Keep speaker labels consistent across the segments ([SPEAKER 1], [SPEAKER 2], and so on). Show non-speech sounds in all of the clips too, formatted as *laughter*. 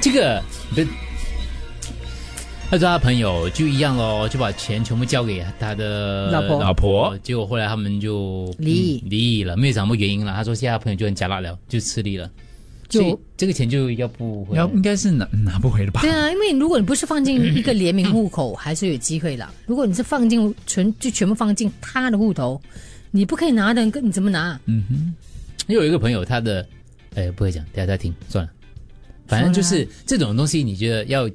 [SPEAKER 1] 这个不，他说他朋友就一样咯，就把钱全部交给他的
[SPEAKER 2] 老婆
[SPEAKER 1] 老
[SPEAKER 3] 老婆
[SPEAKER 1] 婆，结果后来他们就
[SPEAKER 2] 离异
[SPEAKER 1] 嗯离异了，没有讲什么原因了。他说现在他朋友就很加辣了，就吃力了，
[SPEAKER 2] 就
[SPEAKER 1] 所以这个钱就要不回来
[SPEAKER 3] 要应该是拿拿不回的吧？
[SPEAKER 2] 对啊，因为如果你不是放进一个联名户口，还是有机会啦。如果你是放进全就全部放进他的户头，你不可以拿的，跟你怎么拿？
[SPEAKER 3] 嗯哼，
[SPEAKER 1] 因为我有一个朋友，他的，哎，不会讲，等一下再听算了。反正就是
[SPEAKER 2] 啊
[SPEAKER 1] 这种东西，你觉得要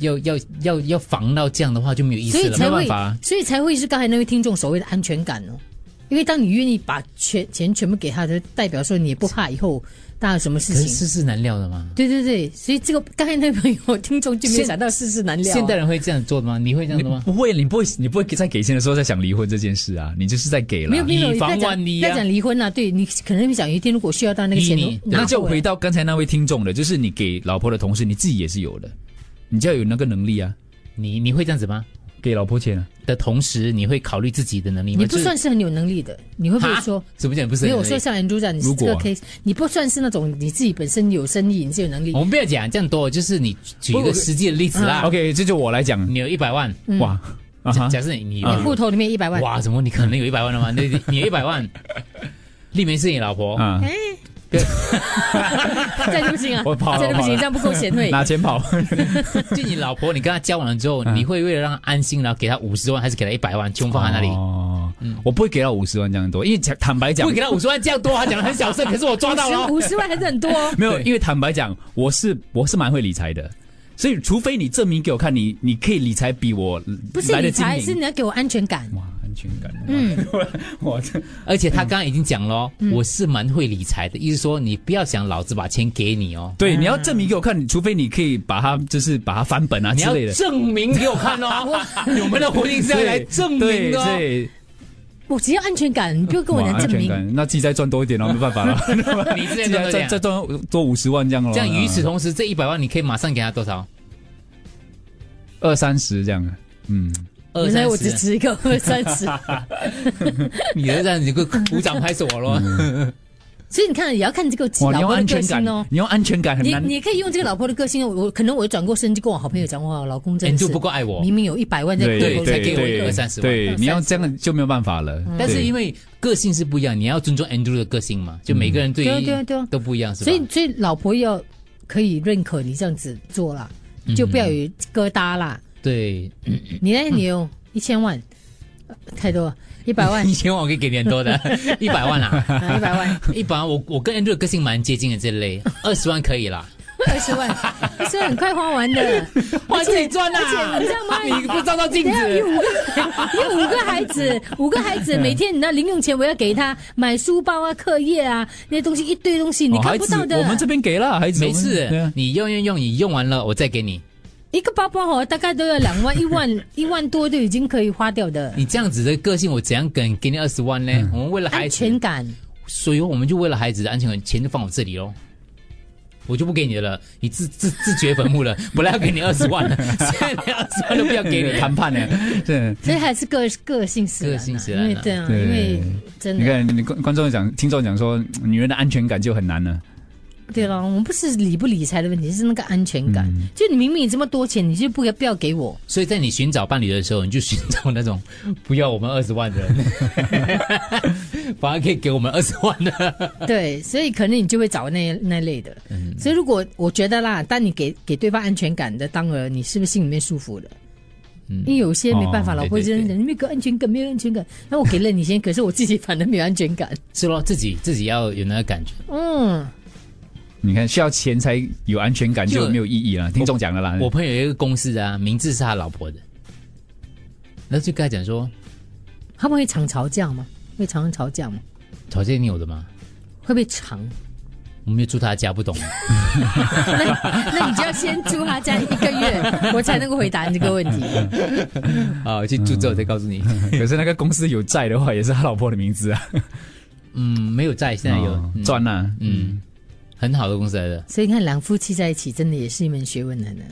[SPEAKER 1] 要要要要防到这样的话就没有意
[SPEAKER 2] 所
[SPEAKER 1] 思
[SPEAKER 2] 以
[SPEAKER 1] 了，没
[SPEAKER 2] 才
[SPEAKER 1] 有办
[SPEAKER 2] 会
[SPEAKER 1] 法啊，。
[SPEAKER 2] 所以才会是刚才那位听众所谓的安全感哦。因为当你愿意把钱钱全部给他，就代表说你也不怕以后大家有什么事
[SPEAKER 1] 可是
[SPEAKER 2] 情。
[SPEAKER 1] 世事难料的嘛。
[SPEAKER 2] 对对对，所以这个刚才那位朋友听众就没有
[SPEAKER 1] 现
[SPEAKER 2] 想到世事难料啊、
[SPEAKER 1] 现代人会这样做的吗？你会这样
[SPEAKER 3] 你
[SPEAKER 1] 的吗？
[SPEAKER 3] 不会，你不会，你不会在给钱的时候再想离婚这件事啊？你就是在给了，
[SPEAKER 2] 没有没有，
[SPEAKER 1] 以
[SPEAKER 2] 不要
[SPEAKER 1] 防
[SPEAKER 2] 讲
[SPEAKER 1] 万一
[SPEAKER 2] 不
[SPEAKER 1] 啊
[SPEAKER 2] 要讲离婚啦、对你可能会想有一天如果需要到那个钱
[SPEAKER 1] 依你，
[SPEAKER 2] 拿
[SPEAKER 3] 那就
[SPEAKER 2] 回来
[SPEAKER 3] 回到刚才那位听众的，就是你给老婆的同时，你自己也是有的，你就要有那个能力啊，
[SPEAKER 1] 你你会这样子吗？
[SPEAKER 3] 给老婆钱啊。
[SPEAKER 1] 的同时，你会考虑自己的能力吗？
[SPEAKER 2] 你不
[SPEAKER 1] 就是
[SPEAKER 2] 算是很有能力的，你会不会
[SPEAKER 1] 哈
[SPEAKER 2] 说？
[SPEAKER 1] 怎么讲？不是哎
[SPEAKER 2] 没有，我
[SPEAKER 1] 很
[SPEAKER 2] 说
[SPEAKER 1] 能力
[SPEAKER 2] 像 Andrew 这样，你是
[SPEAKER 3] 如
[SPEAKER 2] 这
[SPEAKER 3] 果
[SPEAKER 2] 个
[SPEAKER 3] 啊
[SPEAKER 2] case，你不算是那种你自己本身有生意，你是有能力
[SPEAKER 3] 哦
[SPEAKER 1] 我。们不要讲这样多，就是你举一
[SPEAKER 3] 不
[SPEAKER 1] 个
[SPEAKER 3] 我
[SPEAKER 1] 实际的例
[SPEAKER 2] 啊
[SPEAKER 1] 子啦。
[SPEAKER 3] OK，这就我来讲，
[SPEAKER 1] 你有一百万，
[SPEAKER 2] 嗯
[SPEAKER 3] 哇，啊
[SPEAKER 1] 假
[SPEAKER 3] 哈，
[SPEAKER 1] 假设你你有
[SPEAKER 2] 你户头里面一百 *laughs* 万，
[SPEAKER 1] 哇，怎么你可能有一百万了吗？那你你有一百万，丽梅是你老婆，
[SPEAKER 3] 啊，！
[SPEAKER 2] 这样就不行啊
[SPEAKER 3] 我跑了
[SPEAKER 2] 这样就不
[SPEAKER 3] 我跑了
[SPEAKER 2] 行，这样不够贤惠。
[SPEAKER 3] 拿钱跑，
[SPEAKER 1] 就你老婆，你跟她交往了之后，
[SPEAKER 3] 嗯
[SPEAKER 1] 你会为了让她安心，然后给她五十万，还是给她一百万，全部放在那里？
[SPEAKER 3] 哦，
[SPEAKER 2] 嗯
[SPEAKER 3] 我不会给到五十万这样多，因为坦坦白
[SPEAKER 1] 不
[SPEAKER 3] 讲
[SPEAKER 1] 会，给她五十万，这样多，她讲的很小声，可是我抓到了哦。
[SPEAKER 2] 五十万 *laughs* 还是很多哦
[SPEAKER 3] *laughs* 。没有，
[SPEAKER 1] 对
[SPEAKER 3] 因为坦白讲，我是我是蛮会理财的，所以除非你证明给我看你你可以理财比我
[SPEAKER 2] 不是
[SPEAKER 3] 来的
[SPEAKER 2] 理
[SPEAKER 3] 精
[SPEAKER 2] 财，是
[SPEAKER 3] 明，
[SPEAKER 2] 你要给我安全感。
[SPEAKER 3] 哇，安全感，嗯，
[SPEAKER 2] 嗯，
[SPEAKER 3] *laughs* 我这
[SPEAKER 1] 而且她刚刚已经讲了哦，我是蛮会理财的，意思说你不要想老子把钱给你哦，
[SPEAKER 3] 对，你要证明给我看，你除非你可以把它就是把它翻本啊
[SPEAKER 1] 你
[SPEAKER 3] 之
[SPEAKER 1] 要
[SPEAKER 3] 类的，
[SPEAKER 1] 证明给我看哦，我们的婚姻是要来证明
[SPEAKER 3] 对
[SPEAKER 1] 的哦。
[SPEAKER 3] 对，
[SPEAKER 2] 我只要安全感，你不要跟我
[SPEAKER 3] 哇
[SPEAKER 2] 讲
[SPEAKER 3] 安
[SPEAKER 2] 证
[SPEAKER 3] 全
[SPEAKER 2] 明。
[SPEAKER 3] 感，那自己再赚多一点哦咯，没办
[SPEAKER 1] *laughs*
[SPEAKER 3] 法了，
[SPEAKER 1] 你之
[SPEAKER 3] 自
[SPEAKER 1] 前
[SPEAKER 3] 己
[SPEAKER 1] 都
[SPEAKER 3] 再
[SPEAKER 1] 这
[SPEAKER 3] 再
[SPEAKER 1] 样
[SPEAKER 3] 再，赚多五十万这样咯，
[SPEAKER 1] 这样与此
[SPEAKER 3] 啊
[SPEAKER 1] 同时，这一百万你可以马上给她多少？
[SPEAKER 3] 二三十这样，嗯，
[SPEAKER 1] 二
[SPEAKER 2] 原
[SPEAKER 1] 三
[SPEAKER 2] 来我只
[SPEAKER 1] 十，
[SPEAKER 2] 值一个二三十，
[SPEAKER 3] *laughs*
[SPEAKER 1] 你这样你个鼓掌拍死我咯。
[SPEAKER 2] 所以你看也要看这个
[SPEAKER 3] 哇，你
[SPEAKER 2] 老
[SPEAKER 3] 要
[SPEAKER 2] 婆的
[SPEAKER 3] 安
[SPEAKER 2] 个
[SPEAKER 3] 全
[SPEAKER 2] 性
[SPEAKER 3] 感
[SPEAKER 2] 哦，。
[SPEAKER 3] 你要安全感很
[SPEAKER 2] 你
[SPEAKER 3] 难，
[SPEAKER 2] 你可以用这个老婆的个性哦，我我可能我转过身就跟我好朋友讲，哇，老公真
[SPEAKER 1] 你
[SPEAKER 2] 的是
[SPEAKER 1] 就不够爱我。
[SPEAKER 2] 明明有一百万在
[SPEAKER 3] 对
[SPEAKER 2] 户头，
[SPEAKER 3] 对
[SPEAKER 2] 才
[SPEAKER 3] 对
[SPEAKER 2] 给我一
[SPEAKER 3] 对
[SPEAKER 2] 个
[SPEAKER 1] 二三十万
[SPEAKER 3] 对，你要这样就没有办法了，
[SPEAKER 1] 但是
[SPEAKER 3] 对
[SPEAKER 1] 因为个性是不一样，你要尊重 Andrew 的个性嘛，就每个人对
[SPEAKER 2] 对啊对啊
[SPEAKER 1] 于
[SPEAKER 2] 对啊
[SPEAKER 1] 都不一样，是吧？
[SPEAKER 2] 所以，所以老婆要可以认可你这样子做啦，就不要有疙瘩啦。
[SPEAKER 1] 对
[SPEAKER 2] 你呢？你有一千万，呃太多了，一百万
[SPEAKER 1] *laughs* 以，前我可以给你很多的，一百万啦，
[SPEAKER 2] 一百万，
[SPEAKER 1] 一百万。我我跟 Andrew 的个性蛮接近的这类，二十万可以啦，
[SPEAKER 2] 二十万，二十万很快花完的。
[SPEAKER 1] 哇，自己赚
[SPEAKER 2] 而且你知道吗
[SPEAKER 1] 啦，你不照照镜
[SPEAKER 2] 等一下有
[SPEAKER 1] 子，
[SPEAKER 2] 五个，有五个孩子，五个孩子每天你那零用钱我要给他买书包啊、课业啊那些东西，一堆东西你
[SPEAKER 3] 哦
[SPEAKER 2] 看
[SPEAKER 3] 孩
[SPEAKER 2] 不
[SPEAKER 3] 子
[SPEAKER 2] 到的。
[SPEAKER 3] 我们这边给了孩子，
[SPEAKER 1] 没
[SPEAKER 3] 我们 *laughs* 对
[SPEAKER 1] 事
[SPEAKER 3] 啊，
[SPEAKER 1] 你用用用，你用完了我再给你。
[SPEAKER 2] 一个包包哦，大概都要两万、一万、一万多都已经可以花掉的
[SPEAKER 1] 你这样子的个性，我怎样敢给你二十万呢？
[SPEAKER 3] 嗯
[SPEAKER 1] 我们为了孩
[SPEAKER 2] 安
[SPEAKER 1] 子，
[SPEAKER 2] 全感。
[SPEAKER 1] 所以我们就为了孩子的安全感，钱就放我这里喽。我就不给你的了，你自自自掘坟墓了。本来要给你二十
[SPEAKER 3] *laughs*
[SPEAKER 1] 万的，现在连二十万都不要给你
[SPEAKER 3] 对
[SPEAKER 1] *laughs*
[SPEAKER 3] 谈判呢，对。
[SPEAKER 2] 所以还是个个性使然、啊，
[SPEAKER 1] 个性使然啊
[SPEAKER 2] 因为对啊，
[SPEAKER 3] 对
[SPEAKER 2] 因为真
[SPEAKER 3] 你
[SPEAKER 2] 的
[SPEAKER 3] 看，你观观众讲、听众讲说，女人的安全感就很难了。
[SPEAKER 2] 对
[SPEAKER 1] 嗯
[SPEAKER 2] 了，我们不是理不理财的问题，是那个安全感。就你明明有这么多钱，你就不要不要
[SPEAKER 1] *laughs*
[SPEAKER 2] 给我，
[SPEAKER 1] 所以在你寻找伴侣的时候，你就寻找那种不要我们二十万的人，
[SPEAKER 3] *laughs*
[SPEAKER 1] 反而可以给我们二十万的。
[SPEAKER 2] 对，所以可能你就会找那那类的。
[SPEAKER 1] 嗯
[SPEAKER 2] 所以如果我觉得啦，当你给给对方安全感的当儿，你是不是心里面舒服的？因为有些没办法，
[SPEAKER 3] 哦
[SPEAKER 2] 老
[SPEAKER 1] 嗯
[SPEAKER 2] 婆
[SPEAKER 1] 对对
[SPEAKER 2] 真的
[SPEAKER 1] 对
[SPEAKER 2] 讲你没有给我安全感，没有安全感。那我给了你先，可是我自己反而没有安全感。
[SPEAKER 1] 是咯，自己自己要有那个感觉。
[SPEAKER 2] 嗯，
[SPEAKER 3] 你看，需要钱才有安全感，
[SPEAKER 1] 就
[SPEAKER 3] 就没有意义了。听众讲的啦，
[SPEAKER 1] 我朋友有一个公司的啊，名字是他老婆的，然后就跟他讲说：“
[SPEAKER 2] 他们会常吵架吗？会常常吵架吗？
[SPEAKER 1] 吵架你有的吗？
[SPEAKER 2] 会不会
[SPEAKER 1] *laughs*
[SPEAKER 2] 常？
[SPEAKER 1] 我没有住他家，不懂。
[SPEAKER 2] 那那你就要先住他家一个月，我才能够回答你这个问题。
[SPEAKER 1] *laughs* 啊，去住之后再告诉你。
[SPEAKER 3] *laughs* 可是那个公司有债的话，也是他老婆的名字啊。
[SPEAKER 1] 嗯，没有在，现在有、
[SPEAKER 3] 哦
[SPEAKER 1] 嗯
[SPEAKER 3] 赚呐、啊，嗯
[SPEAKER 1] 嗯，很好的公司来的。
[SPEAKER 2] 所以你看，两夫妻在一起真的也是一门学问来的呢。